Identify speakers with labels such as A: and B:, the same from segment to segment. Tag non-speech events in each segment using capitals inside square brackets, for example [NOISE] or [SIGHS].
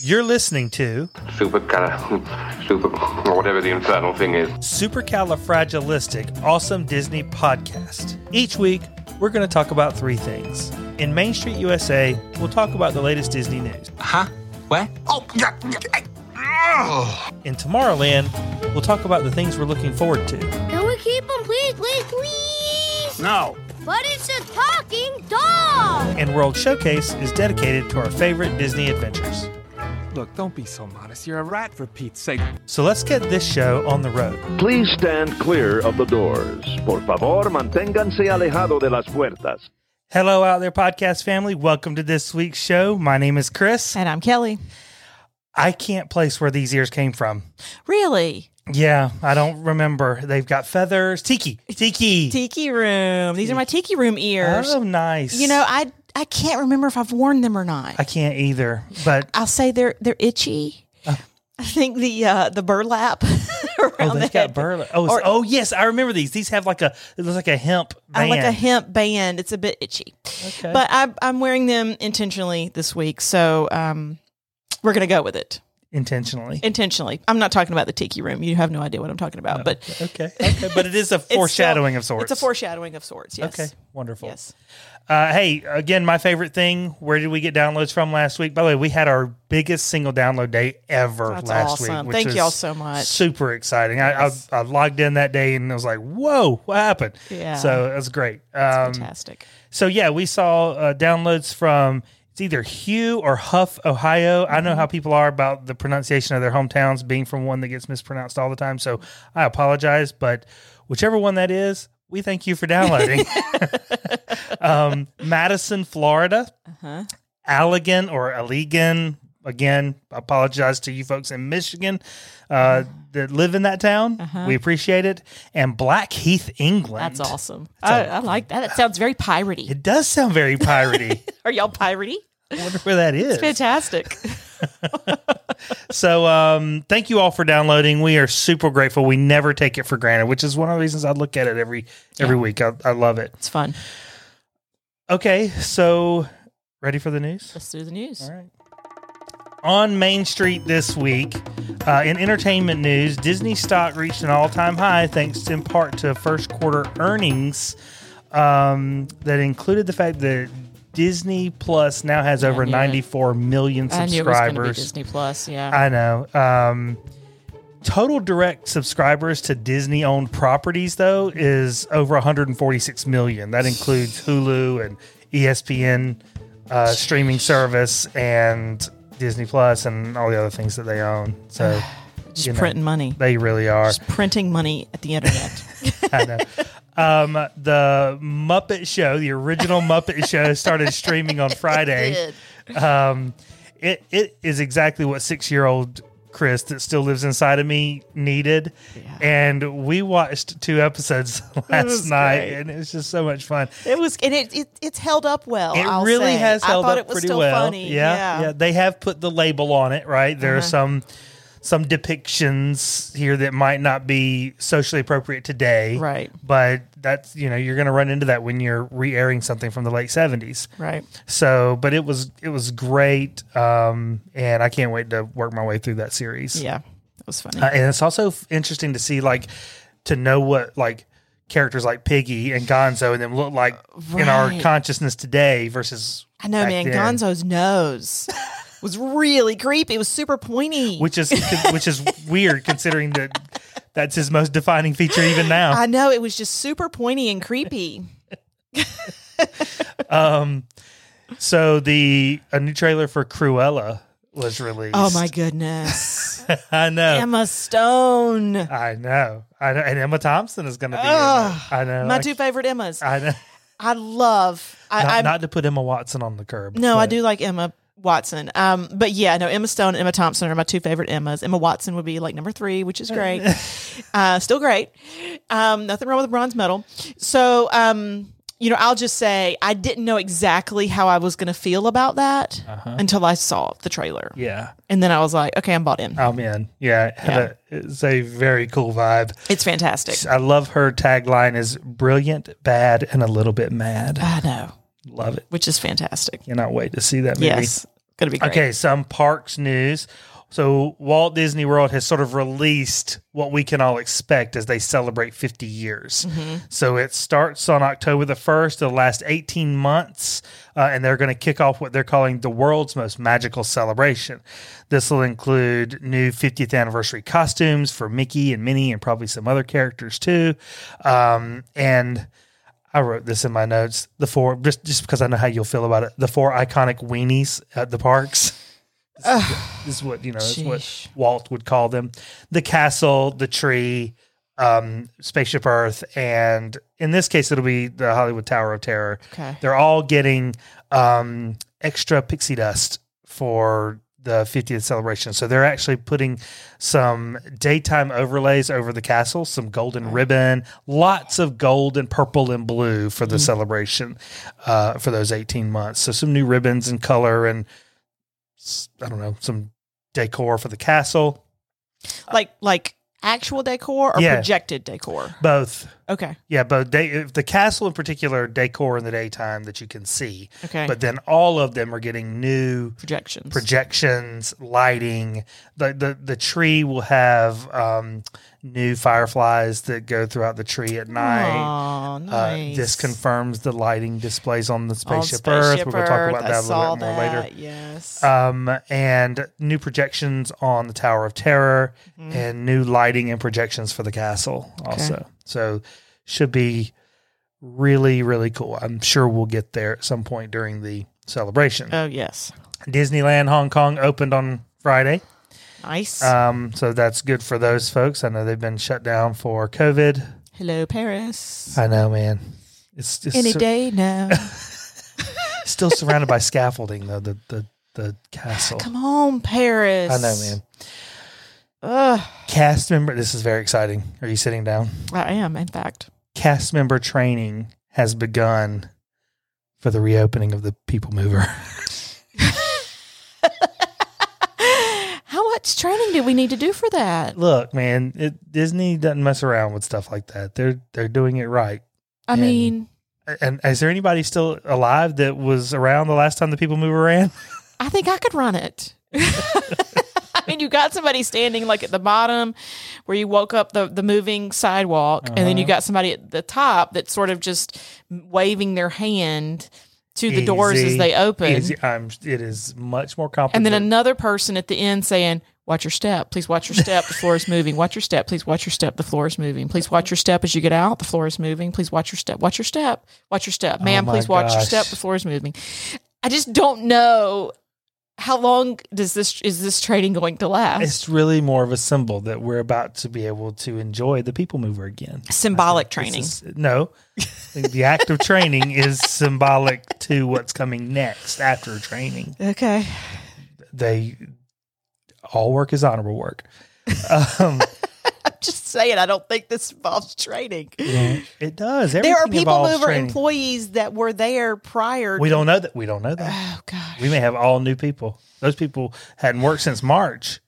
A: You're listening to
B: Super [LAUGHS] super whatever the infernal thing is.
A: Supercalifragilistic Awesome Disney Podcast. Each week, we're going to talk about three things. In Main Street USA, we'll talk about the latest Disney news.
C: Huh? What?
B: Oh, yeah, yeah, yeah.
A: In Tomorrowland, we'll talk about the things we're looking forward to.
D: Can we keep him, please, please, please?
E: No.
D: But it's a talking dog.
A: And World Showcase is dedicated to our favorite Disney adventures.
C: Look, don't be so modest. You're a rat for Pete's sake.
A: So let's get this show on the road.
F: Please stand clear of the doors. Por favor, manténganse alejado de las puertas.
A: Hello, out there, podcast family. Welcome to this week's show. My name is Chris.
G: And I'm Kelly.
A: I can't place where these ears came from.
G: Really?
A: Yeah, I don't remember. They've got feathers. Tiki. Tiki.
G: Tiki room. These are my tiki room ears.
A: Oh, nice.
G: You know, I I can't remember if I've worn them or not.
A: I can't either, but
G: I'll say they're they're itchy. I think the uh the burlap [LAUGHS] around
A: Oh,
G: the
A: they've got
G: head.
A: burlap. Oh, it's-
G: Or-
A: oh, yes, I remember these. These have like a it looks like a hemp
G: I
A: band.
G: like a hemp band. It's a bit itchy,
A: Okay.
G: but I, I'm wearing them intentionally this week. So um, we're gonna go with it
A: intentionally.
G: intentionally. I'm not talking about the tiki room. You have no idea what I'm talking about, but
A: okay, okay, but it is a
G: [LAUGHS] it's
A: foreshadowing
G: still-
A: of sorts.
G: It's a foreshadowing of sorts. Yes.
A: Okay, wonderful.
G: Yes.
A: Uh, hey, again, my favorite thing. Where did we get downloads from last week? By the way, we had our biggest single download day ever
G: That's
A: last
G: awesome.
A: week.
G: Thank
A: is
G: y'all so much.
A: Super exciting.
G: Yes.
A: I, I I logged in that day and I was like, "Whoa, what happened?"
G: Yeah.
A: So that's great.
G: It's
A: Um,
G: fantastic.
A: so yeah, we saw uh, downloads from it's either Hugh or Huff, Ohio. I
G: Mm-hmm.
A: know how people are about the pronunciation of their hometowns being from one that gets mispronounced all the time. So I apologize, but whichever one that is, we thank you for
G: [LAUGHS]
A: downloading. [LAUGHS] um, Madison, Florida,
G: Uh-huh.
A: Allegan or Allegan. Again, apologize to you folks in Michigan uh, that live in that town.
G: Uh-huh.
A: We appreciate it. And Blackheath, England.
G: That's awesome. I, I like that. It sounds very piratey.
A: It does sound very
G: [LAUGHS]
A: piratey.
G: Are y'all piratey?
A: I wonder where that is.
G: [LAUGHS] It's fantastic.
A: So, um, thank you all for downloading. We are super grateful. We never take it for granted, which is one of the reasons I look at it every every week. I, I love it.
G: [LAUGHS] It's fun.
A: Okay, so ready for the news?
G: Let's do the news.
A: All right. On Main Street this week, uh, in entertainment news, Disney stock reached an all time high thanks in part to first quarter earnings um, that included the fact that Disney Plus now has over
G: knew it.
A: 94 million
G: I knew it was going to be
A: subscribers.
G: Disney Plus. Yeah.
A: I know. Um, total direct subscribers to Disney owned properties, though, is over 146 million. That includes Hulu and E ESPN uh, streaming service and Disney Plus and all the other things that they own. So
G: just
A: you know.
G: printing money.
A: they really are.
G: Just printing money at the internet.
A: I know. Um, the Muppet Show, the original
G: [LAUGHS]
A: Muppet Show, started streaming on Friday. um, it it is exactly what six year old Chris that still lives inside of me needed, and we watched two episodes [LAUGHS] last
G: was
A: night,
G: great.
A: and it was just so much fun.
G: [LAUGHS] it was, and it, it it's held up well.
A: It
G: I'll
A: really
G: say.
A: has held
G: I thought
A: up
G: it was
A: pretty
G: still
A: well.
G: Funny.
A: Yeah,
G: Yeah.
A: They have put the label on it, right? There are
G: Uh-huh.
A: some some depictions here that might not be socially appropriate today,
G: Right.
A: But that's you know you're going to run into that when you're re-airing something from the late seventies.
G: Right.
A: So, but it was it was great, um, and I can't wait to work my way through that series.
G: Yeah. It was funny.
A: Uh, and it's also f- interesting to see like to know what like characters like Piggy and Gonzo and them look like in our
G: Right.
A: consciousness today versus
G: I know,
A: back
G: man.
A: then,
G: Gonzo's [LAUGHS] nose was really creepy. It was super pointy.
A: which is which is weird considering that that's his most defining feature even now.
G: I know. It was just super pointy and creepy.
A: Um, so the a new trailer for Cruella was released.
G: Oh my [LAUGHS] goodness.
A: [LAUGHS] I know.
G: Emma Stone.
A: I know. I know. And Emma Thompson is going to be. in it.
G: Ugh.
A: I know.
G: My
A: I
G: two favorite Emmas. I,
A: I know.
G: love. I,
A: Uh, Not,
G: I
A: not to put Emma Watson on the curb.
G: no, I
A: but-
G: do like Emma Watson. Um, but yeah, no, Emma Stone and Emma Thompson are my two favorite Emmas. Emma Watson would be like number three, which
A: [LAUGHS]
G: is great. uh, still great. Um, nothing wrong with a bronze medal. So, um, you know, I'll just say I didn't know exactly how I was going to feel about that until I saw the trailer,
A: Uh-huh. Yeah, Uh,
G: and then I was like, okay, I'm bought in.
A: I'm in. Yeah, it had a- it's a very cool vibe.
G: it's fantastic.
A: I love her tagline is brilliant, bad, and a little bit mad.
G: I know,
A: Love it.
G: which is fantastic.
A: Cannot wait to see that movie.
G: Yes, Going to be great.
A: Okay, some parks news. So Walt Disney World has sort of released what we can all expect as they celebrate 50 years. So it starts on October the 1st. It'll last 18 months, uh, and they're going to kick off what they're calling the world's most magical celebration. This will include new 50th anniversary costumes for Mickey and Minnie and probably some other characters too. Um, and I wrote this in my notes. The four, just just because I know how you'll feel about it. The four iconic weenies at the parks. This is what you know. This is what
G: Sheesh.
A: Walt would call them: the castle, the tree, um, spaceship Earth, and in this case, it'll be the Hollywood Tower of Terror.
G: Okay.
A: They're all getting um, extra pixie dust for the 50th celebration. So they're actually putting some daytime overlays over the castle, some golden ribbon, lots of gold and purple and blue for the celebration uh, for those 18 months. So some new ribbons and color and s- I don't know, some decor for the castle.
G: Like like actual decor or
A: Yeah.
G: projected decor.
A: Both.
G: Okay.
A: Yeah, both day, the castle in particular, decor in the daytime that you can see.
G: Okay.
A: But then all of them are getting new
G: Projections.
A: projections, lighting. The the the tree will have um, new fireflies that go throughout the tree at night.
G: Aw,
A: Uh,
G: nice.
A: this confirms the lighting displays on the
G: On
A: spaceship, Earth. We're going to talk
G: Earth,
A: about
G: I
A: that a little
G: saw
A: bit more later.
G: that, Yes.
A: Um, and new projections on the Tower of Terror,
G: Mm-hmm.
A: and new lighting and projections for the castle also. So should be really really cool. I'm sure we'll get there at some point during the celebration.
G: oh yes.
A: Disneyland Hong Kong opened on Friday.
G: Nice.
A: Um, so that's good for those folks. I know they've been shut down for COVID.
G: Hello, Paris.
A: I know, man. It's, it's
G: Any
A: sur- [LAUGHS]
G: day now.
A: Oh. still surrounded
G: [LAUGHS]
A: by scaffolding though. The the the castle.
G: Come on, Paris.
A: I know, man.
G: Ugh,
A: Cast member. This is very exciting. Are you sitting down?
G: I am, in fact. [LAUGHS]
A: Cast member training has begun for the reopening of the People Mover. [LAUGHS]
G: How much training do we need to do for that?
A: Look, man, it, Disney doesn't mess around with stuff like that. They're they're doing it right.
G: I
A: And-
G: mean,
A: And is there anybody still alive that was around the last time the People Mover ran?
G: I think I could run it. [LAUGHS] I mean, you got somebody standing like at the bottom where you woke up the, the moving sidewalk, and then you
A: Uh-huh.
G: got somebody at the top that's sort of just waving their hand to the doors as
A: Easy.
G: they open.
A: Easy. I'm, it is much more
G: And
A: complicated.
G: then another person at the end saying, Watch your step. Please watch your step. The floor is moving. Watch your step. Please watch your step. The floor is moving. Please watch your step as you get out. The floor is moving. Please watch your step. Watch your step. Watch your step. Ma'am,
A: Oh my
G: please watch your
A: gosh.
G: step. The floor is moving. I just don't know how long does this is this training going to last?
A: it's really more of a symbol that we're about to be able to enjoy the people mover again.
G: Symbolic
A: This
G: training.
A: is- no, the act of training is symbolic to what's coming next after training.
G: okay.
A: They all work is honorable work. Um,
G: Just saying, I don't think this involves training.
A: it does.
G: There are
A: Everything
G: people
A: involves
G: mover
A: training.
G: employees that were there prior.
A: We don't know that. We don't know
G: [SIGHS]
A: that.
G: oh gosh.
A: We may have all new people. Those people hadn't worked since March.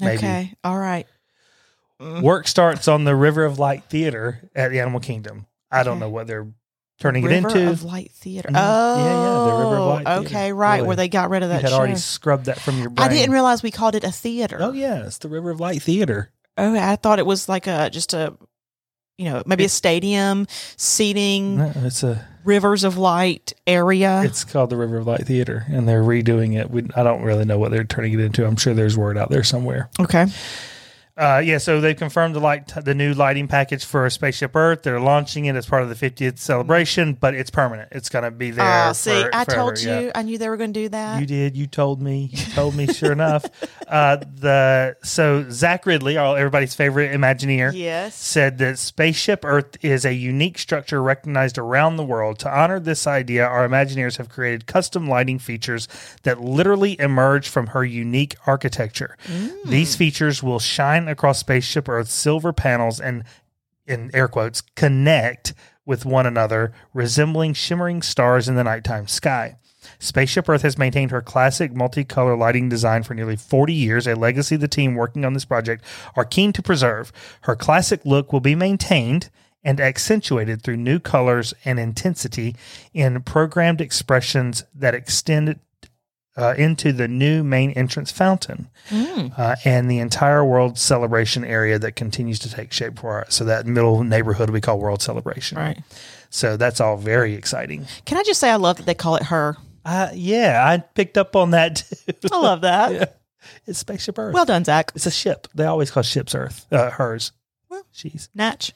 A: Maybe.
G: Okay. All right. Mm-hmm.
A: Work starts on the River of Light Theater at the Animal Kingdom. I don't
G: Okay.
A: know what they're turning
G: River
A: it into.
G: of Light Theater.
A: Mhm.
G: Oh,
A: Yeah, yeah, the River of Light Theater.
G: Okay, right,
A: Really.
G: where they got rid of
A: you
G: that.
A: had
G: show.
A: already scrubbed that from your brain.
G: I didn't realize we called it a theater.
A: Oh yeah, it's the River of Light Theater.
G: Oh, I thought it was like a just a, you know, maybe a stadium seating,
A: No, it's a.
G: rivers of light area.
A: It's called the River of Light Theater, and they're redoing it. We, I don't really know what they're turning it into. I'm sure there's word out there somewhere.
G: okay.
A: Uh, yeah, so they've confirmed the light, the new lighting package for Spaceship Earth. They're launching it as part of the 50th celebration, but it's permanent. It's going to be there.
G: Uh, see,
A: for-
G: I
A: forever,
G: told you,
A: yeah.
G: I knew they were going to do that.
A: You did. You told me. You told me. Sure enough, uh, the so Zach Ridley, all everybody's favorite Imagineer,
G: Yes.
A: said that Spaceship Earth is a unique structure recognized around the world. To honor this idea, our Imagineers have created custom lighting features that literally emerge from her unique architecture. These features will shine across Spaceship Earth's silver panels and in air quotes, connect with one another, resembling shimmering stars in the nighttime sky. Spaceship Earth has maintained her classic multicolor lighting design for nearly 40 years, a legacy the team working on this project are keen to preserve. Her classic look will be maintained and accentuated through new colors and intensity in programmed expressions that extend uh, into the new main entrance fountain uh, and the entire World Celebration area that continues to take shape for us. So that middle neighborhood we call World Celebration.
G: Right.
A: So that's all very exciting.
G: Can I just say I love that they call it her?
A: Uh, yeah, I picked up on that too.
G: I
A: [LAUGHS]
G: love that.
A: it's Spaceship Earth.
G: Oh, Well done, Zach.
A: it's a ship. They always call ships Earth, uh, hers.
G: Well.
A: she's
G: Natch.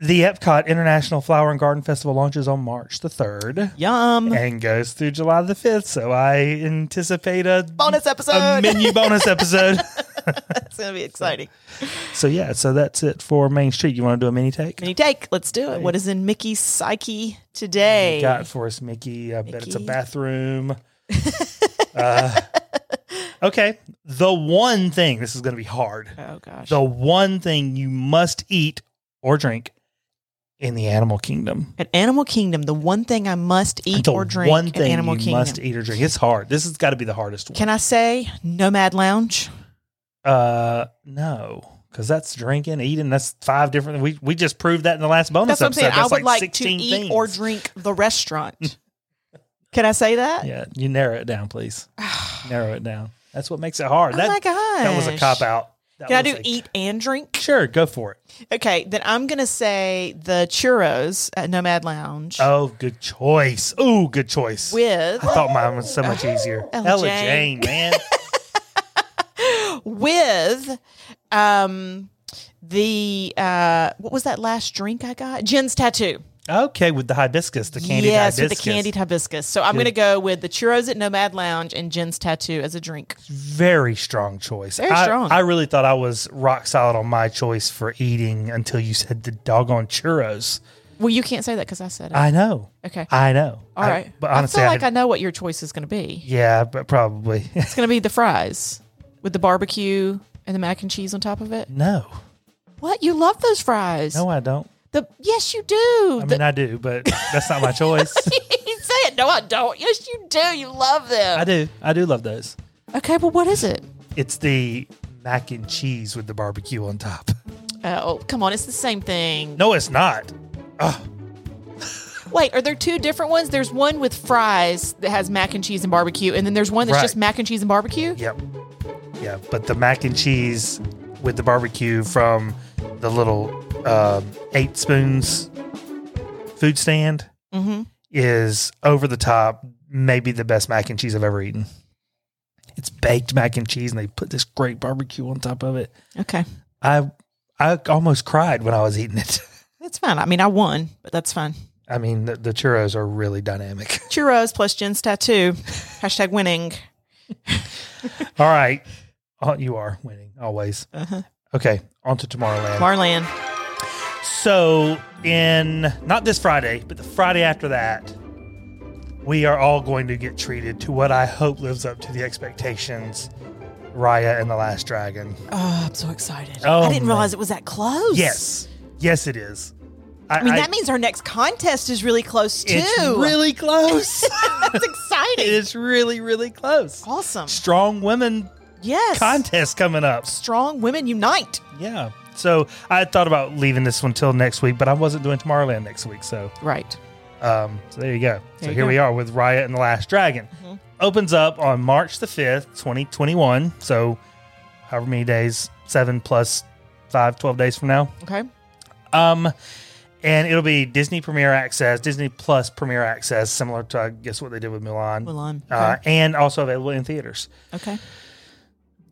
A: the Epcot International Flower and Garden Festival launches on March the third
G: Yum.
A: and goes through July the fifth. So I anticipate a
G: Bonus
A: a
G: episode.
A: menu bonus [LAUGHS] episode.
G: [LAUGHS] It's going to be exciting.
A: so yeah, so that's it for Main Street. You want to do a mini take?
G: Mini take. Let's do it. What is in Mickey's psyche today?
A: got for us, Mickey. I bet it's a
G: Mickey. [LAUGHS]
A: bathroom. uh, okay. The one thing, this is going to be hard.
G: Oh, gosh.
A: The one thing you must eat or drink in the animal kingdom.
G: At Animal Kingdom, the one thing I must eat
A: the
G: or drink
A: one thing
G: at Animal
A: you
G: Kingdom.
A: must eat or drink. It's hard. This has got to be the hardest one.
G: Can I say Nomad Lounge?
A: uh, no. Because that's drinking, eating. That's five different. We we just proved that in the last bonus
G: That's what I'm
A: episode.
G: saying. I
A: That's
G: would like, to
A: 16
G: eat
A: things. Hmm.
G: or drink the restaurant. [LAUGHS] Can I say that?
A: Yeah, you narrow it down, please. narrow it down. That's what makes it hard.
G: Oh
A: that,
G: my
A: That was a
G: gosh.
A: cop out. That
G: Can I
A: was
G: do
A: a-
G: eat and drink?
A: Sure, go for it.
G: Okay, then I'm gonna say the churros at Nomad Lounge
A: Oh, good choice. Oh, good choice.
G: with
A: I thought mine was so much easier.
G: Ella
A: Ella Jane,
G: Jane.
A: man.
G: with um the uh what was that last drink I got? Jen's tattoo.
A: okay, with the hibiscus, the candied
G: yes,
A: hibiscus.
G: with the candied hibiscus. So I'm
A: Good.
G: going to go with the churros at Nomad Lounge and Jen's tattoo as a drink.
A: Very strong choice.
G: Very
A: I,
G: strong.
A: I really thought I was rock solid on my choice for eating until you said the doggone churros.
G: Well, you can't say that because I said it.
A: I know.
G: okay.
A: I know.
G: All
A: I-
G: right.
A: but honestly, I,
G: I feel like I
A: had-
G: know what your choice is going to be.
A: yeah, but probably [LAUGHS]
G: It's going to be the fries with the barbecue and the mac and cheese on top of it.
A: no.
G: What? You love those fries?
A: No, I don't.
G: The yes, you do.
A: I
G: The- [LAUGHS]
A: mean, I do, but that's not my choice.
G: you say it. No, I don't. Yes, you do. You love them.
A: [LAUGHS] I do. I do love those.
G: okay, well, what is it?
A: It's the mac and cheese with the barbecue on top.
G: Uh, oh, come on! It's the same thing.
A: No, it's not.
G: Wait, are there two different ones? There's one with fries that has mac and cheese and barbecue, and then there's one that's
A: Right.
G: just mac and cheese and barbecue.
A: Yep. Yeah, but the mac and cheese with the barbecue from the little um, eight spoons food stand is over the top. Maybe the best mac and cheese I've ever eaten. It's baked mac and cheese, and they put this great barbecue on top of it.
G: Okay,
A: I I almost cried when I was eating it. [LAUGHS]
G: that's fine. I mean, I won, but that's fine.
A: I mean, the, the churros are really dynamic. [LAUGHS]
G: Churros plus Jen's tattoo. Hashtag winning.
A: All right. Oh, you are winning always.
G: Uh-huh.
A: Okay, on to Tomorrowland.
G: Marlan.
A: so, in not this Friday, but the Friday after that, we are all going to get treated to what I hope lives up to the expectations Raya and the Last Dragon.
G: Oh, I'm so excited.
A: Oh,
G: I didn't
A: man.
G: realize it was that close.
A: Yes. Yes, it is.
G: I mean, that means our next contest is really close too.
A: it's really close.
G: [LAUGHS] that's exciting.
A: it is really, really close.
G: Awesome.
A: Strong women
G: Yes.
A: contest coming up.
G: Strong women unite.
A: Yeah. So I had thought about leaving this one till next week, but I wasn't doing Tomorrowland next week. So,
G: Right.
A: um, so there you go. so
G: you
A: here
G: go. Mm-hmm.
A: we are with Riot and the Last Dragon. Opens up on March the 5th, 2021. So however many days, seven plus five, 12 days from now.
G: Okay.
A: Um, and it'll be Disney Premier Access, Disney Plus Premier Access, similar to, I guess, what they did with Mulan.
G: Mulan,
A: Uh,
G: okay.
A: and also available in theaters.
G: Okay.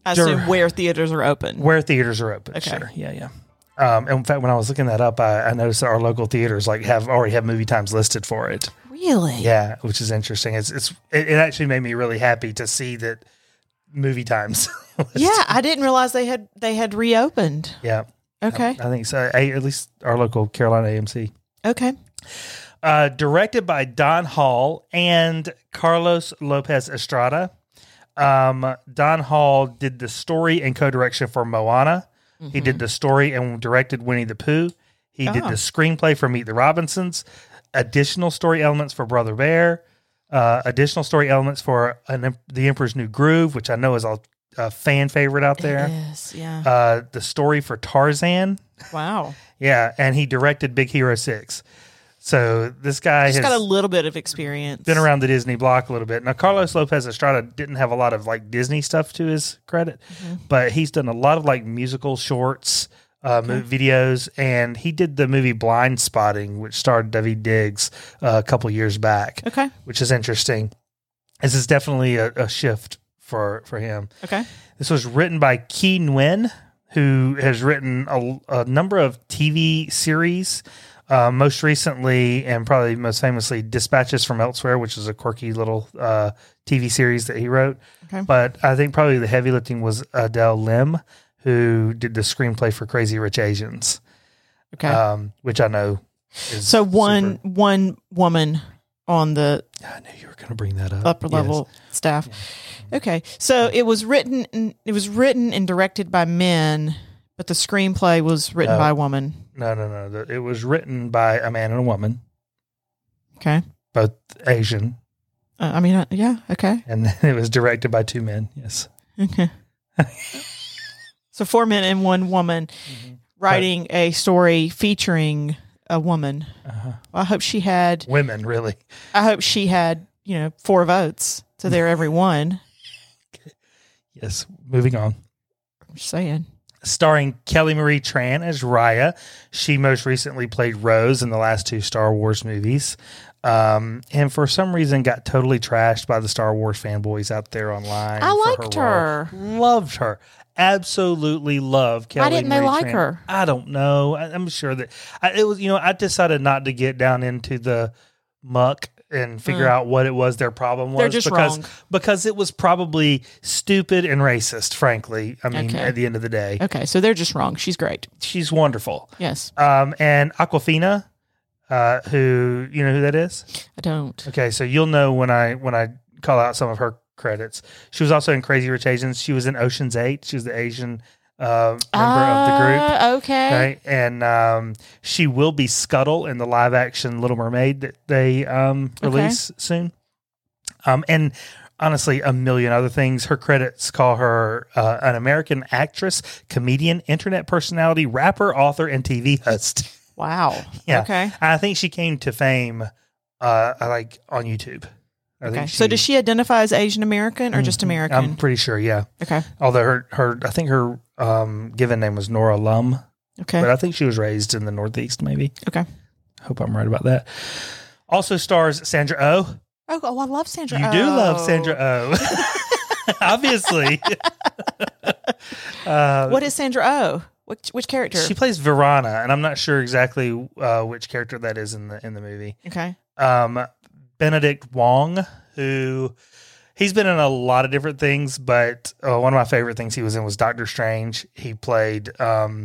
G: I
A: Dur-
G: assume where theaters are open.
A: where theaters are open.
G: Okay.
A: Sure. Yeah, yeah. Um, and in fact, when I was looking that up, I, I noticed that our local theaters like have already have movie times listed for it.
G: really?
A: Yeah, which is interesting. It's it's it, it actually made me really happy to see that movie times. [LAUGHS]
G: Yeah, I didn't realize they had they had reopened.
A: yeah,
G: Okay.
A: I think so. A, at least our local Carolina AMC.
G: Okay.
A: Uh, directed by Don Hall and Carlos Lopez Estrada. Um, Don Hall did the story and co-direction for Moana. He did the story and directed Winnie the Pooh. He did
G: Oh.
A: the screenplay for Meet the Robinsons. Additional story elements for Brother Bear. Uh, additional story elements for an, the Emperor's New Groove, which I know is a, a fan favorite out there.
G: Yes, yeah.
A: Uh, the story for Tarzan,
G: wow.
A: yeah, and he directed Big Hero Six. So this guy
G: Just
A: has
G: got a little bit of experience.
A: been around the Disney block a little bit. Now Carlos Lopez Estrada didn't have a lot of like Disney stuff to his credit, but he's done a lot of like musical shorts, uh, mo- videos, and he did the movie Blind Spotting, which starred Debbie Diggs uh, a couple years back,
G: Okay.
A: which is interesting. This is definitely a, a shift for for him.
G: Okay.
A: This was written by Key Nguyen, who has written a, a number of TV series, uh, most recently and probably most famously Dispatches from Elsewhere, which is a quirky little uh, TV series that he wrote.
G: Okay.
A: But I think probably the heavy lifting was Adele Lim, who did the screenplay for Crazy Rich Asians,
G: Okay.
A: um, which I know is.
G: so one one woman on the
A: I knew you were going to bring that up.
G: upper
A: Yes.
G: level staff. Okay. So it was written and it was written and directed by men, but the screenplay was written
A: No.
G: by a woman.
A: No, no, no. The- It was written by a man and a woman,
G: Okay.
A: both Asian,
G: Uh, I mean, uh, yeah, okay.
A: and [LAUGHS] then it was directed by two men. Yes. [LAUGHS]
G: Okay. so four men and one woman
A: Mm-hmm.
G: writing a story featuring a woman.
A: Uh-huh.
G: I hope she had
A: women really
G: I hope she had, you know, four votes to their every one.
A: yes moving on
G: I'm just saying.
A: starring kelly marie tran as raya she most recently played rose in the last two star wars movies um, and for some reason got totally trashed by the star wars fanboys out there online
G: I
A: for
G: liked
A: role.
G: her.
A: loved her absolutely loved kelly
G: didn't they
A: Marie
G: like
A: Tran.
G: her?
A: i don't know I, i'm sure that I, it was you know i decided not to get down into the muck and figure out what it was their problem was
G: Mm. They're just
A: because
G: wrong.
A: because it was probably stupid and racist frankly i mean
G: Okay.
A: at the end of the day
G: Okay, so they're just wrong. She's great.
A: she's wonderful
G: Yes.
A: um and aquafina uh who you know who that is
G: I don't.
A: okay so you'll know when i when i call out some of her credits she was also in crazy rich asians she was in oceans 8 she was the asian uh, member of the group
G: Ah, Okay.
A: right? And um, she will be Scuttle in the live action Little Mermaid that they um,
G: Okay.
A: release soon. Um, and honestly, a million other things. Her credits call her uh, an American actress, comedian, internet personality, rapper, author, and TV host. [LAUGHS]
G: Wow.
A: yeah.
G: Okay.
A: I think she came to fame uh, like on YouTube. I
G: Okay.
A: think
G: So does she identify as Asian American or
A: Mm-hmm. Um,
G: just American?
A: I'm pretty sure, yeah.
G: okay.
A: Although her, her I think her um, given name was Nora Lum,
G: Okay.
A: but I think she was raised in the Northeast, maybe.
G: okay.
A: Hope I'm right about that. Also stars Sandra Oh.
G: Oh, oh, I love Sandra.
A: You do
G: Oh.
A: love Sandra Oh. [LAUGHS] Obviously. uh,
G: What is Sandra Oh? Which, which character?
A: she plays Verana, and I'm not sure exactly uh, which character that is in the in the movie.
G: okay.
A: Um, Benedict Wong, who he's been in a lot of different things, but uh, one of my favorite things he was in was Doctor Strange. He played um,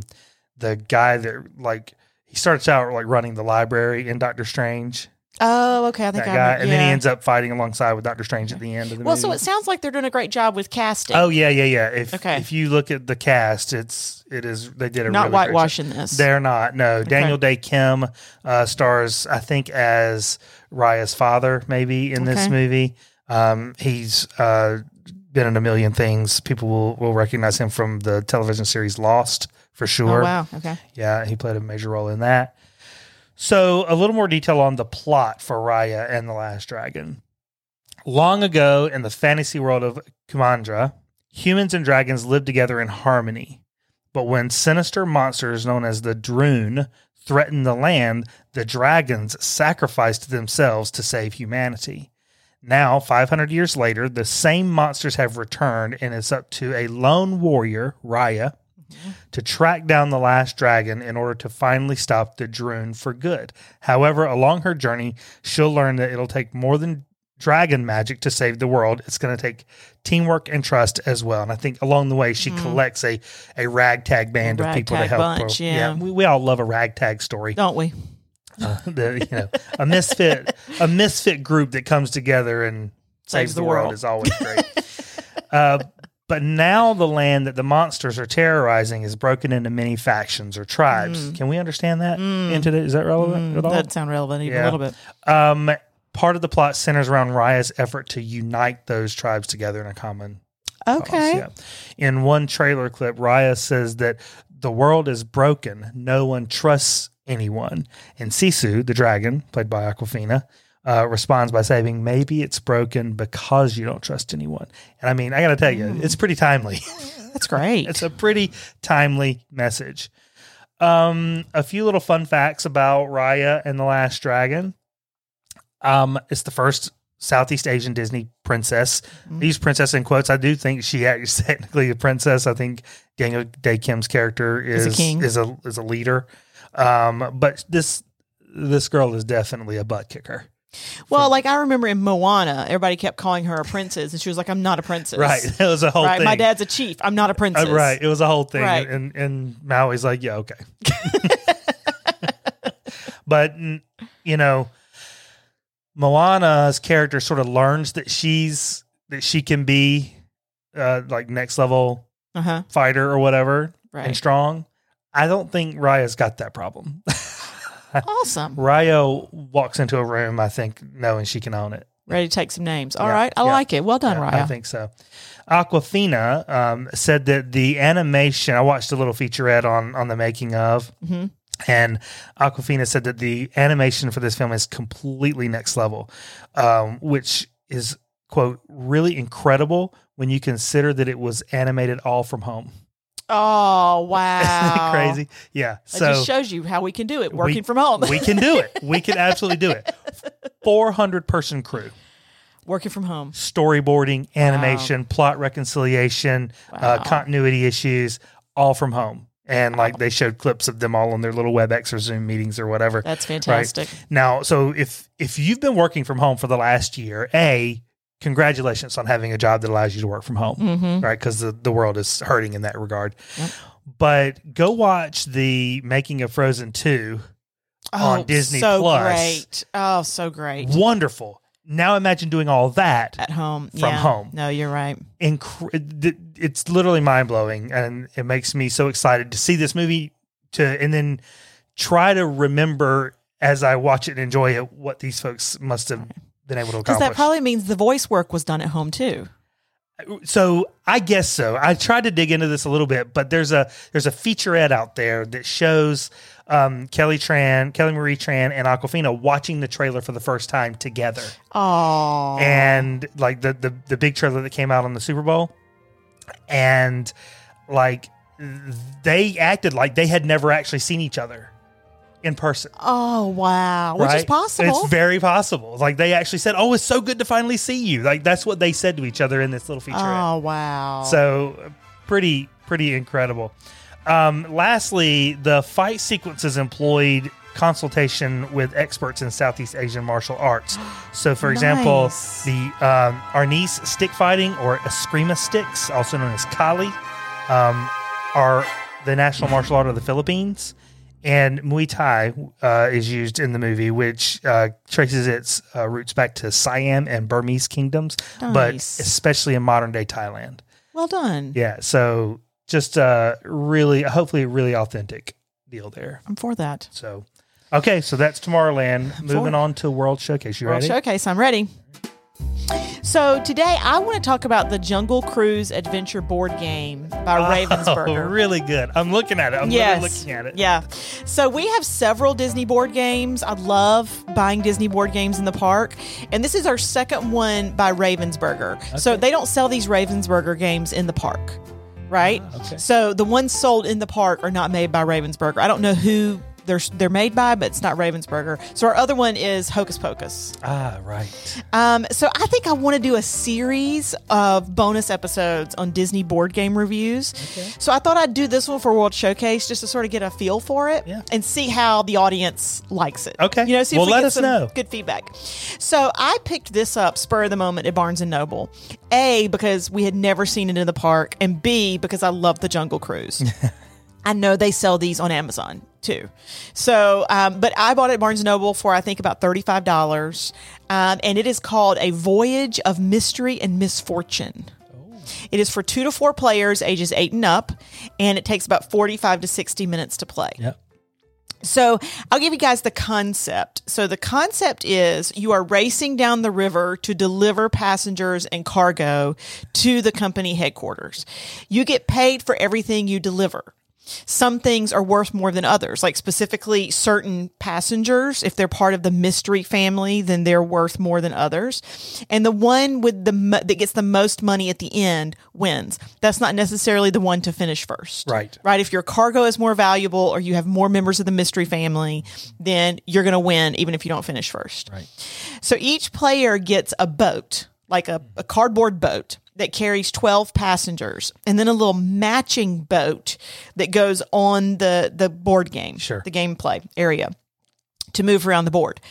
A: the guy that like he starts out like running the library in Doctor Strange.
G: Oh, okay. I think
A: that
G: I
A: guy,
G: remember-
A: and then he
G: yeah.
A: ends up fighting alongside with Doctor Strange at the end of the
G: Well,
A: movie.
G: so it sounds like they're doing a great job with casting.
A: oh yeah, yeah, yeah. If
G: Okay.
A: if you look at the cast, it's it is they did a really great job.
G: not whitewashing this.
A: They're not. No, Daniel Day Kim uh, stars, I think, as Raya's father, maybe in this
G: Okay.
A: movie. Um, he's uh, been in a million things. People will will recognize him from the television series Lost for
G: Oh,
A: sure.
G: wow. Okay.
A: Yeah, he played a major role in that. So, a little more detail on the plot for Raya and the Last Dragon. Long ago in the fantasy world of Kumandra, humans and dragons lived together in harmony. But when sinister monsters known as the Droon threatened the land, the dragons sacrificed themselves to save humanity. Now, 500 years later, the same monsters have returned, and it's up to a lone warrior, Raya, to track down the last dragon in order to finally stop the Droon for good. However, along her journey, she'll learn that it'll take more than dragon magic to save the world. It's going to take teamwork and trust as well. And I think along the way, she collects a, a ragtag band of people to
G: Mm-hmm. Ragtag
A: help
G: bunch,
A: her.
G: yeah.
A: we, we all love a ragtag story
G: Don't we?
A: [LAUGHS] the you know a misfit a misfit group that comes together and saves, the, world. is always great. [LAUGHS] uh, but now the land that the monsters are terrorizing is broken into many factions or tribes. Can we understand that in today? Is that relevant at all?
G: That'd sound relevant even
A: Yeah.
G: a little bit.
A: um, part of the plot centers around Raya's effort to unite those tribes together in a common
G: Okay.
A: yeah. In one trailer clip, Raya says that the world is broken. No one trusts anyone. And Sisu, the dragon, played by Aquafina, uh, responds by saying, Maybe it's broken because you don't trust anyone. And I mean, I got to tell you, it's pretty timely. [LAUGHS]
G: That's great.
A: It's a pretty timely message. Um, a few little fun facts about Raya and the Last Dragon. Um, it's the first Southeast Asian Disney princess.
G: Mm-hmm.
A: I use princess in quotes. I do think she [LAUGHS] is technically a princess. I think Gang of Day Kim's character
G: Is
A: is
G: a king.
A: is a is a leader. Um, but this this girl is definitely a butt kicker.
G: well, like I remember in Moana, everybody kept calling her a princess, and she was like, "I'm not a princess."
A: Right. [LAUGHS] It was a whole
G: Right.
A: thing.
G: My dad's a chief. I'm not a
A: Uh,
G: princess.
A: right. It was a whole thing.
G: Right.
A: And and Maui's like, yeah, okay. [LAUGHS] but n- you know, Moana's character sort of learns that she's that she can be uh like next level
G: Uh huh.
A: fighter or whatever and
G: Right.
A: strong. I don't think Raya's got that problem. [LAUGHS]
G: Awesome.
A: Raya walks into a room, I think, knowing she can own it.
G: Ready to take some names. All
A: Yeah,
G: right. I
A: yeah.
G: like it. Well done,
A: Yeah,
G: Raya.
A: I think so. Aquafina um, said that the animation. I watched a little featurette on on the making of,
G: Mhm.
A: and Aquafina said that the animation for this film is completely next level, um, which is quote really incredible when you consider that it was animated all from home.
G: [LAUGHS]
A: [LAUGHS]
G: oh wow.
A: Crazy, yeah.
G: That
A: so
G: just shows you how we can do it
A: we-
G: working from home.
A: we can do it. We can absolutely do it. Four hundred person crew.
G: [LAUGHS] working from home.
A: storyboarding, animation, plot reconciliation,
G: Wow.
A: uh, continuity issues, all from home. And like they showed clips of them all on their little WebEx or Zoom meetings or whatever.
G: That's fantastic.
A: Now, so if if you've been working from home for the last year, a congratulations on having a job that allows you to work from home,
G: Mm-hmm.
A: right? Because the, the world is hurting in that regard. But go watch the making of Frozen Two. On Disney
G: Oh, so
A: Plus.
G: great. Oh, so great.
A: Wonderful. Now imagine doing all that
G: At home.
A: From
G: yeah.
A: home.
G: No, you're right.
A: incre- th- it's literally mind blowing, and it makes me so excited to see this movie. To and then try to remember as I watch it and enjoy it what these folks must have been able to
G: Because
A: accomplish.
G: that probably means the voice work was done at home too.
A: so I guess so. I tried to dig into this a little bit, but there's a there's a featurette out there that shows um, Kelly Tran, Kelly Marie Tran, and Aquafina watching the trailer for the first time together.
G: Oh.
A: and like the, the the big trailer that came out on the Super Bowl, and like they acted like they had never actually seen each other in person.
G: oh wow. Which is
A: right?
G: possible.
A: It's very possible. Like they actually said, "Oh, it's so good to finally see you." Like that's what they said to each other in this little featurette.
G: oh wow.
A: So pretty pretty incredible. Um, lastly, the fight sequences employed consultation with experts in Southeast Asian martial arts. So,
G: [GASPS]
A: for example,
G: Nice.
A: the um, Arnis stick fighting or Eskrima sticks, also known as Kali, um, are the national martial art of the Philippines. And Muay Thai uh, is used in the movie, which uh, traces its uh, roots back to Siam and Burmese kingdoms, but
G: Nice.
A: especially in modern day Thailand.
G: well done.
A: Yeah. So just uh really hopefully a really authentic deal there.
G: I'm for that.
A: So okay, so that's
G: [SIGHS]
A: Tomorrowland. Moving
G: for-
A: on to World Showcase. You
G: World
A: ready?
G: Showcase. I'm ready. So today I want to talk about the Jungle Cruise Adventure board game by Ravensburger.
A: [LAUGHS] Oh, really good. I'm looking at it. I'm
G: yes.
A: really looking at it.
G: Yeah. So we have several Disney board games. I love buying Disney board games in the park. And this is our second one by Ravensburger. So they don't sell these Ravensburger games in the park, right?
A: Ah,
G: So the ones sold in the park are not made by Ravensburger. I don't know who they're, they're made by, but it's not Ravensburger. So our other one is Hocus Pocus.
A: Ah, right.
G: Um, so I think I want to do a series of bonus episodes on Disney board game reviews. So I thought I'd do this one for World Showcase just to sort of get a feel for it
A: Yeah.
G: and see how the audience likes it.
A: Okay.
G: you know, see
A: Well,
G: if we
A: let
G: get
A: us
G: some
A: know.
G: good feedback. So I picked this up spur of the moment at Barnes and Noble. A because we had never seen it in the park, and B because I love the Jungle Cruise. I know they sell these on Amazon too. So, um, but I bought it at Barnes & Noble for I think about thirty-five dollars, um, and it is called a Voyage of Mystery and Misfortune. It is for two to four players, ages eight and up, and it takes about forty-five to sixty minutes to play.
A: Yep.
G: So I'll give you guys the concept. So the concept is you are racing down the river to deliver passengers and cargo to the company headquarters. You get paid for everything you deliver. some things are worth more than others. Like specifically certain passengers, if they're part of the mystery family, then they're worth more than others. And the one with the mo- that gets the most money at the end wins. That's not necessarily the one to finish first.
A: Right.
G: Right. If your cargo is more valuable or you have more members of the mystery family, then you're going to win even if you don't finish first. Right. So each player gets a boat, like a, a cardboard boat that carries 12 passengers and then a little matching boat that goes on the the board game,
A: Sure.
G: the gameplay area to move around the board.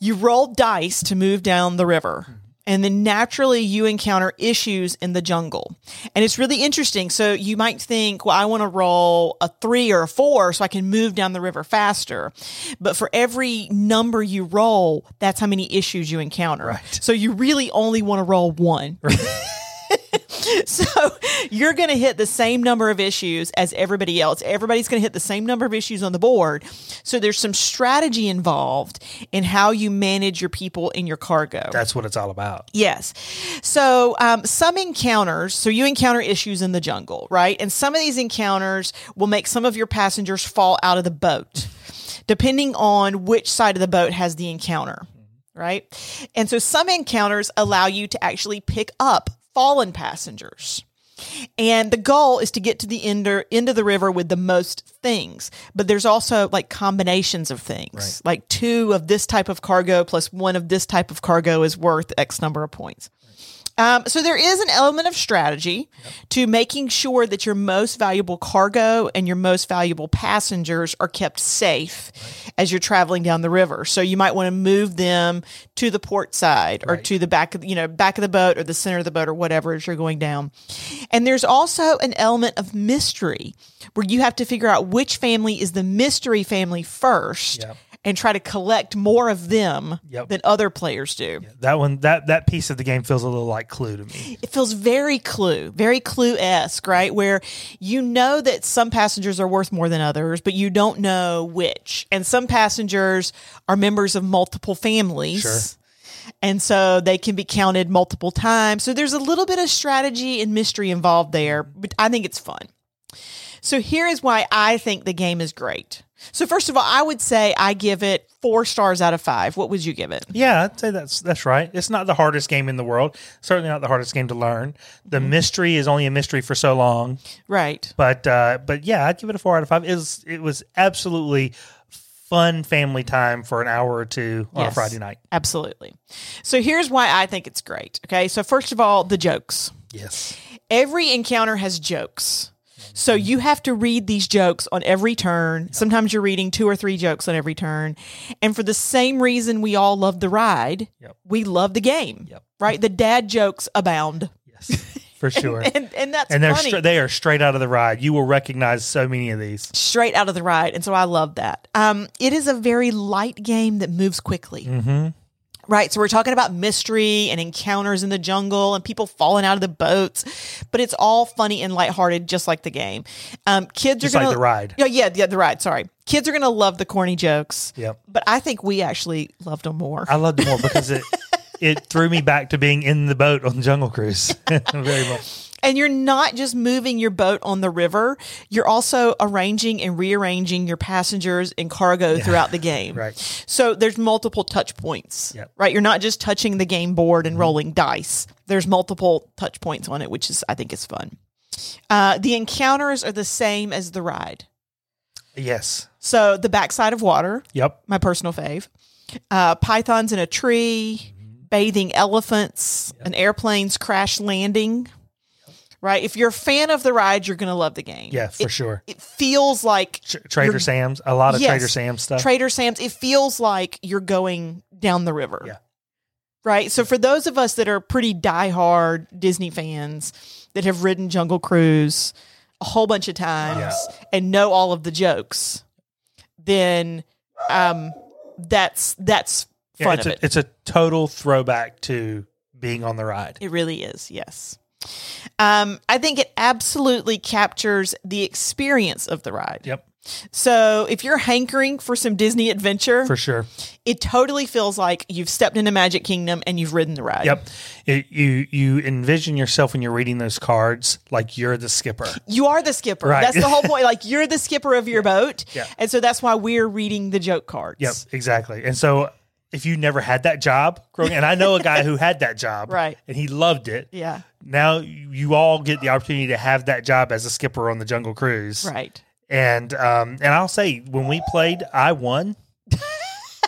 G: You roll dice to move down the river. And then naturally, you encounter issues in the jungle. And it's really interesting. So you might think, well, I want to roll a three or a four so I can move down the river faster. But for every number you roll, that's how many issues you encounter. So you really only want to roll one. [LAUGHS] So you're going to hit the same number of issues as everybody else. Everybody's going to hit the same number of issues on the board. So there's some strategy involved in how you manage your people in your cargo.
A: That's what it's all about.
G: Yes. So um, some encounters, so you encounter issues in the jungle, right? And some of these encounters will make some of your passengers fall out of the boat, depending on which side of the boat has the encounter, right? And so some encounters allow you to actually pick up fallen passengers. And the goal is to get to the ender, end of the river with the most things. But there's also like combinations of things. Like two of this type of cargo plus one of this type of cargo is worth X number of points. Um, so there is an element of strategy to making sure that your most valuable cargo and your most valuable passengers are kept safe as you're traveling down the river. So you might want to move them to the port side or to the back of you know back of the boat or the center of the boat or whatever as you're going down. And there's also an element of mystery where you have to figure out which family is the mystery family first.
A: Yep.
G: And try to collect more of them
A: Yep.
G: than other players do
A: That one, that that piece of the game feels a little like Clue to me.
G: it feels very clue, very clue esque, right? Where you know that some passengers are worth more than others, but you don't know which. And some passengers are members of multiple families. And so they can be counted multiple times. So there's a little bit of strategy and mystery involved there, but I think it's fun. So here is why I think the game is great. So first of all, I would say I give it four stars out of five. What would you give it?
A: Yeah, I'd say that's that's right. It's not the hardest game in the world. Certainly not the hardest game to learn. The
G: Mm-hmm.
A: mystery is only a mystery for so long.
G: Right.
A: But uh, but yeah, I'd give it a four out of five. It was it was absolutely fun family time for an hour or two on a
G: Yes.
A: Friday night.
G: Absolutely. So here's why I think it's great. Okay. So, first of all, the jokes.
A: Yes.
G: Every encounter has jokes. So you have to read these jokes on every turn. Sometimes you're reading two or three jokes on every turn. And for the same reason we all love the ride,
A: Yep.
G: we love the game.
A: Yep.
G: Right? The dad jokes abound.
A: Yes. For sure.
G: [LAUGHS] And and that's
A: and they're
G: funny.
A: stra- they are straight out of the ride. You will recognize so many of these.
G: straight out of the ride. And so I love that. Um, it is a very light game that moves quickly.
A: Mm-hmm.
G: Right. So we're talking about mystery and encounters in the jungle and people falling out of the boats, but it's all funny and lighthearted, just like the game. Um, kids
A: Just
G: are
A: like
G: going
A: the ride.
G: Yeah, yeah, yeah, the ride. Sorry. Kids are going to love the corny jokes.
A: Yep.
G: But I think we actually loved them more.
A: I loved it more because
G: [LAUGHS]
A: it it threw me back to being in the boat on Jungle
G: [LAUGHS]
A: Cruise. Very much.
G: And you're not just moving your boat on the river, you're also arranging and rearranging your passengers and cargo
A: [LAUGHS]
G: throughout the game.
A: Right.
G: So there's multiple touch points,
A: Yep. Mm-hmm.
G: right? You're not just touching the game board and rolling dice. There's multiple touch points on it, which is I think is fun. Uh, the encounters are the same as the ride.
A: Yes.
G: So the backside of water,
A: Yep.
G: my personal fave. Uh, pythons in a tree,
A: Mm-hmm.
G: bathing elephants, an airplane's crash landing. Right? If you're a fan of the ride, you're going to love the game.
A: Yeah, for
G: It-
A: sure.
G: It feels like
A: Tr- Trader
G: you're-
A: Sam's, a lot of
G: Yes.
A: Trader Sam's stuff.
G: Trader Sam's. It feels like you're going down the river.
A: Yeah.
G: Right. So for those of us that are pretty diehard Disney fans that have ridden Jungle Cruise a whole bunch of times and know all of the jokes, then um, that's that's
A: Yeah,
G: fun
A: it's,
G: of
A: a,
G: it.
A: it's a total throwback to being on the ride.
G: It really is, yes. Um, I think it absolutely captures the experience of the ride.
A: Yep.
G: So if you're hankering for some Disney adventure,
A: for sure.
G: it totally feels like you've stepped into Magic Kingdom and you've ridden the ride.
A: Yep. It, you you envision yourself when you're reading those cards like you're the skipper.
G: You are the skipper.
A: Right.
G: That's
A: [LAUGHS]
G: the whole point. Like you're the skipper of your boat.
A: Yeah.
G: And so that's why we're reading the joke cards.
A: Yep, exactly. And so if you never had that job growing and I know a guy who had that job
G: [LAUGHS] Right.
A: and he loved it.
G: Yeah.
A: Now you you all get the opportunity to have that job as a skipper on the Jungle Cruise.
G: Right.
A: And um and I'll say when we played I
G: [LAUGHS]
A: won.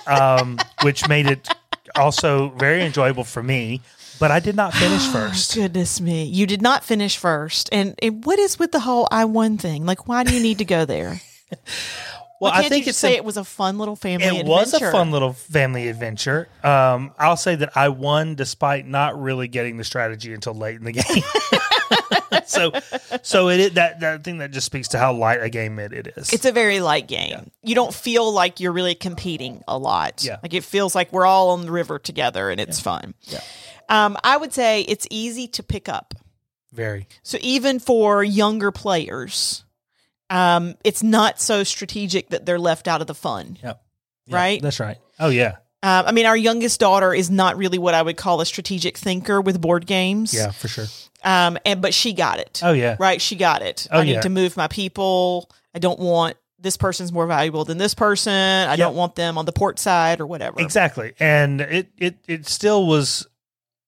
A: um which made it also very enjoyable for me, but I did not
G: [GASPS]
A: finish first.
G: Goodness me. You did not finish first. And, and what is with the whole I won thing? Like why do you need to go there?
A: [LAUGHS] Well,
G: Can't
A: I think
G: you
A: it's
G: just say
A: im-
G: it was a fun little family
A: it was a
G: adventure?
A: fun little family adventure. Um, I'll say that I won despite not really getting the strategy until late in the game. [LAUGHS] so, so it that that thing that just speaks to how light a game it, it is.
G: It's a very light game. You don't feel like you're really competing a lot.
A: Yeah.
G: Like it feels like we're all on the river together and it's fun. Yeah. Um, I would say it's easy to pick up.
A: very
G: So even for younger players, um, it's not so strategic that they're left out of the fun.
A: yeah,
G: Right?
A: That's right. Oh yeah,
G: Um, I mean, our youngest daughter is not really what I would call a strategic thinker with board games.
A: yeah for sure.
G: Um, and but she got it.
A: Oh yeah,
G: Right? She got it.
A: Oh,
G: I need
A: yeah.
G: to move my people. I don't want this person's more valuable than this person. I don't want them on the port side or whatever.
A: exactly. And it it it still was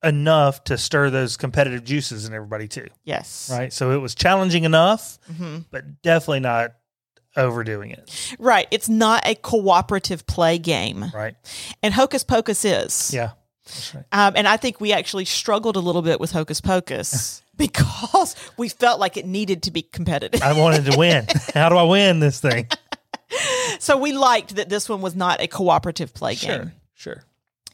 A: enough to stir those competitive juices in everybody too.
G: Yes.
A: Right. So it was challenging enough,
G: hmm
A: but definitely not overdoing it.
G: Right. It's not a cooperative play game.
A: Right.
G: And Hocus Pocus is.
A: Yeah. That's right.
G: Um, and I think we actually struggled a little bit with
A: [LAUGHS]
G: Hocus Pocus because we felt like it needed to be competitive.
A: I wanted to win. How do I win this thing?
G: [LAUGHS] So we liked that this one was not a cooperative play game.
A: sure.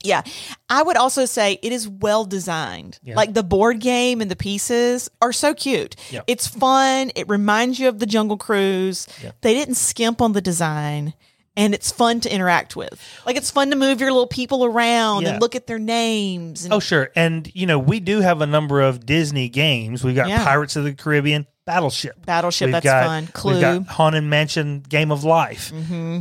G: Yeah. I would also say it is well designed.
A: Yeah.
G: Like the board game and the pieces are so cute.
A: Yeah.
G: It's fun. It reminds you of the Jungle Cruise.
A: Yeah.
G: They didn't skimp on the design. And it's fun to interact with. Like it's fun to move your little people around
A: Yeah.
G: and look at their names. And
A: Oh, sure. And you know, we do have a number of Disney games. We've got
G: Yeah.
A: Pirates of the Caribbean, Battleship,
G: Battleship,
A: We've
G: that's
A: got-
G: fun.
A: We've
G: Clue. Mm-hmm.
A: got Haunted Mansion, Game of Life.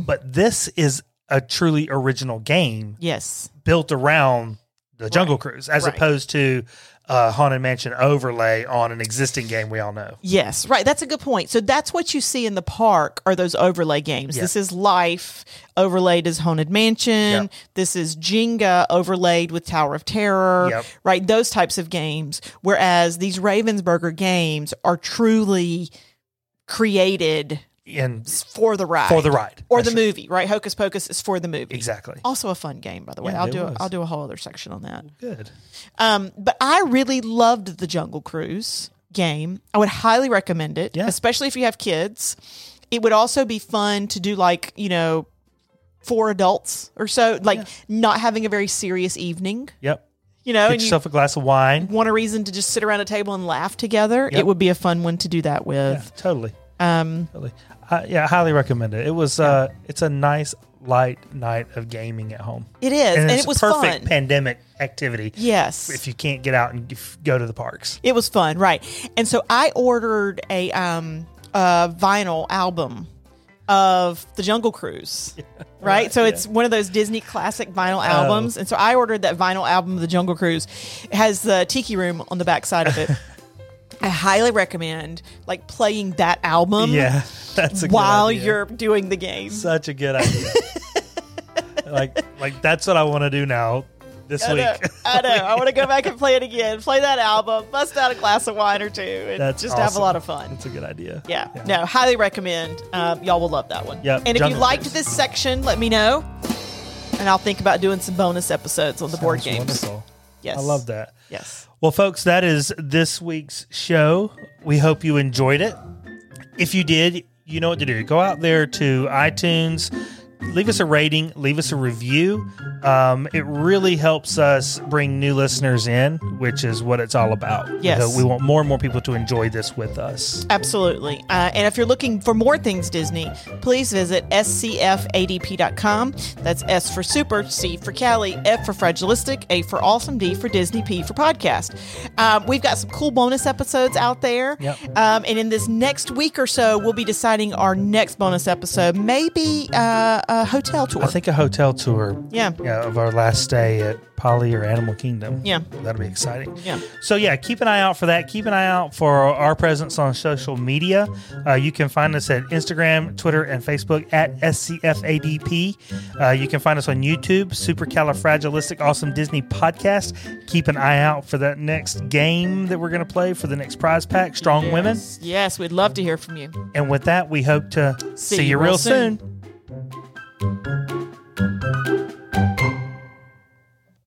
A: But this is a truly original game
G: Yes.
A: built around the Jungle Cruise, as
G: Right.
A: opposed to uh, Haunted Mansion overlay on an existing game we all know.
G: Yes, right. That's a good point. So that's what you see in the park are those overlay games.
A: Yeah.
G: This is Life overlaid as Haunted Mansion.
A: Yep.
G: This is Jenga overlaid with Tower of Terror.
A: Yep.
G: Right, those types of games. Whereas these Ravensburger games are truly created
A: And
G: for the ride,
A: for the ride,
G: or
A: That's
G: the
A: right.
G: movie. Right, Hocus Pocus is for the movie.
A: exactly.
G: Also a fun game, by the way.
A: Yeah,
G: I'll
A: it
G: do a,
A: was.
G: I'll do a whole other section on that.
A: Good.
G: Um, but I really loved the Jungle Cruise game. I would highly recommend it,
A: Yeah.
G: especially if you have kids. It would also be fun to do like, you know, four adults or so, like not having a very serious evening,
A: Yep.
G: you know,
A: Get
G: and
A: yourself a glass of wine.
G: you want a reason to just sit around a table and laugh together.
A: Yep.
G: It would be a fun one to do that
A: Yeah,
G: with.
A: totally.
G: Um,
A: Totally. I, yeah, I highly recommend it. It was uh it's a nice light night of gaming at home.
G: it is. And,
A: it's
G: it was
A: perfect
G: fun.
A: pandemic activity
G: yes.
A: if you can't get out and f- go to the parks.
G: It was fun, right? And so I ordered a um a vinyl album of the
A: [LAUGHS]
G: Jungle Cruise. Right? So it's one of those Disney classic
A: Oh.
G: vinyl albums. And so I ordered that vinyl album of the Jungle Cruise. It has the tiki room on the back
A: [LAUGHS]
G: side of it. I highly recommend like playing that album
A: yeah, [LAUGHS] that's a good
G: Um, while
A: idea.
G: you're doing the game.
A: such a good
G: [LAUGHS]
A: idea. like like that's what I want to do now this
G: I know.
A: week. [LAUGHS]
G: I know. I want to go back and play it again. Play that album, bust out a glass of wine or two, and
A: That's
G: just have a
A: awesome.
G: lot of fun.
A: That's a good idea.
G: Yeah. No, highly recommend. Um, y'all will love that one.
A: Yep,
G: And if you
A: Jungle
G: liked
A: Cruise.
G: this section, let me know. And I'll think about doing some bonus episodes on the board games.
A: Wonderful.
G: Yes.
A: I love that.
G: Yes.
A: Well, folks, that is this week's show. We hope you enjoyed it. If you did, you know what to do. Go out there to iTunes, leave us a rating, leave us a review. Um, it really helps us bring new listeners in, which is what it's all about.
G: Yes.
A: So we want more and more people to enjoy this with us.
G: Absolutely. Uh, and if you're looking for more things Disney, please visit scfadp.com. That's S for super, C for Cali, F for fragilistic, A for awesome, D for Disney, P for podcast. Um, we've got some cool bonus episodes out there.
A: Yep.
G: Um, and in this next week or so, we'll be deciding our next bonus episode, maybe uh, a hotel tour.
A: I think a hotel tour
G: yeah.
A: yeah, of our last stay at Polly or Animal Kingdom.
G: Yeah.
A: That'll be exciting.
G: Yeah.
A: So, yeah, keep an eye out for that. Keep an eye out for our presence on social media. Uh, you can find us at Instagram, Twitter, and Facebook at SCFADP. Uh, you can find us on YouTube, Supercalifragilistic Awesome Disney Podcast. Keep an eye out for that next game that we're going to play for the next prize pack, Strong Women.
G: Yes, we'd love to hear from you.
A: And with that, we hope to see, you real soon.
G: soon.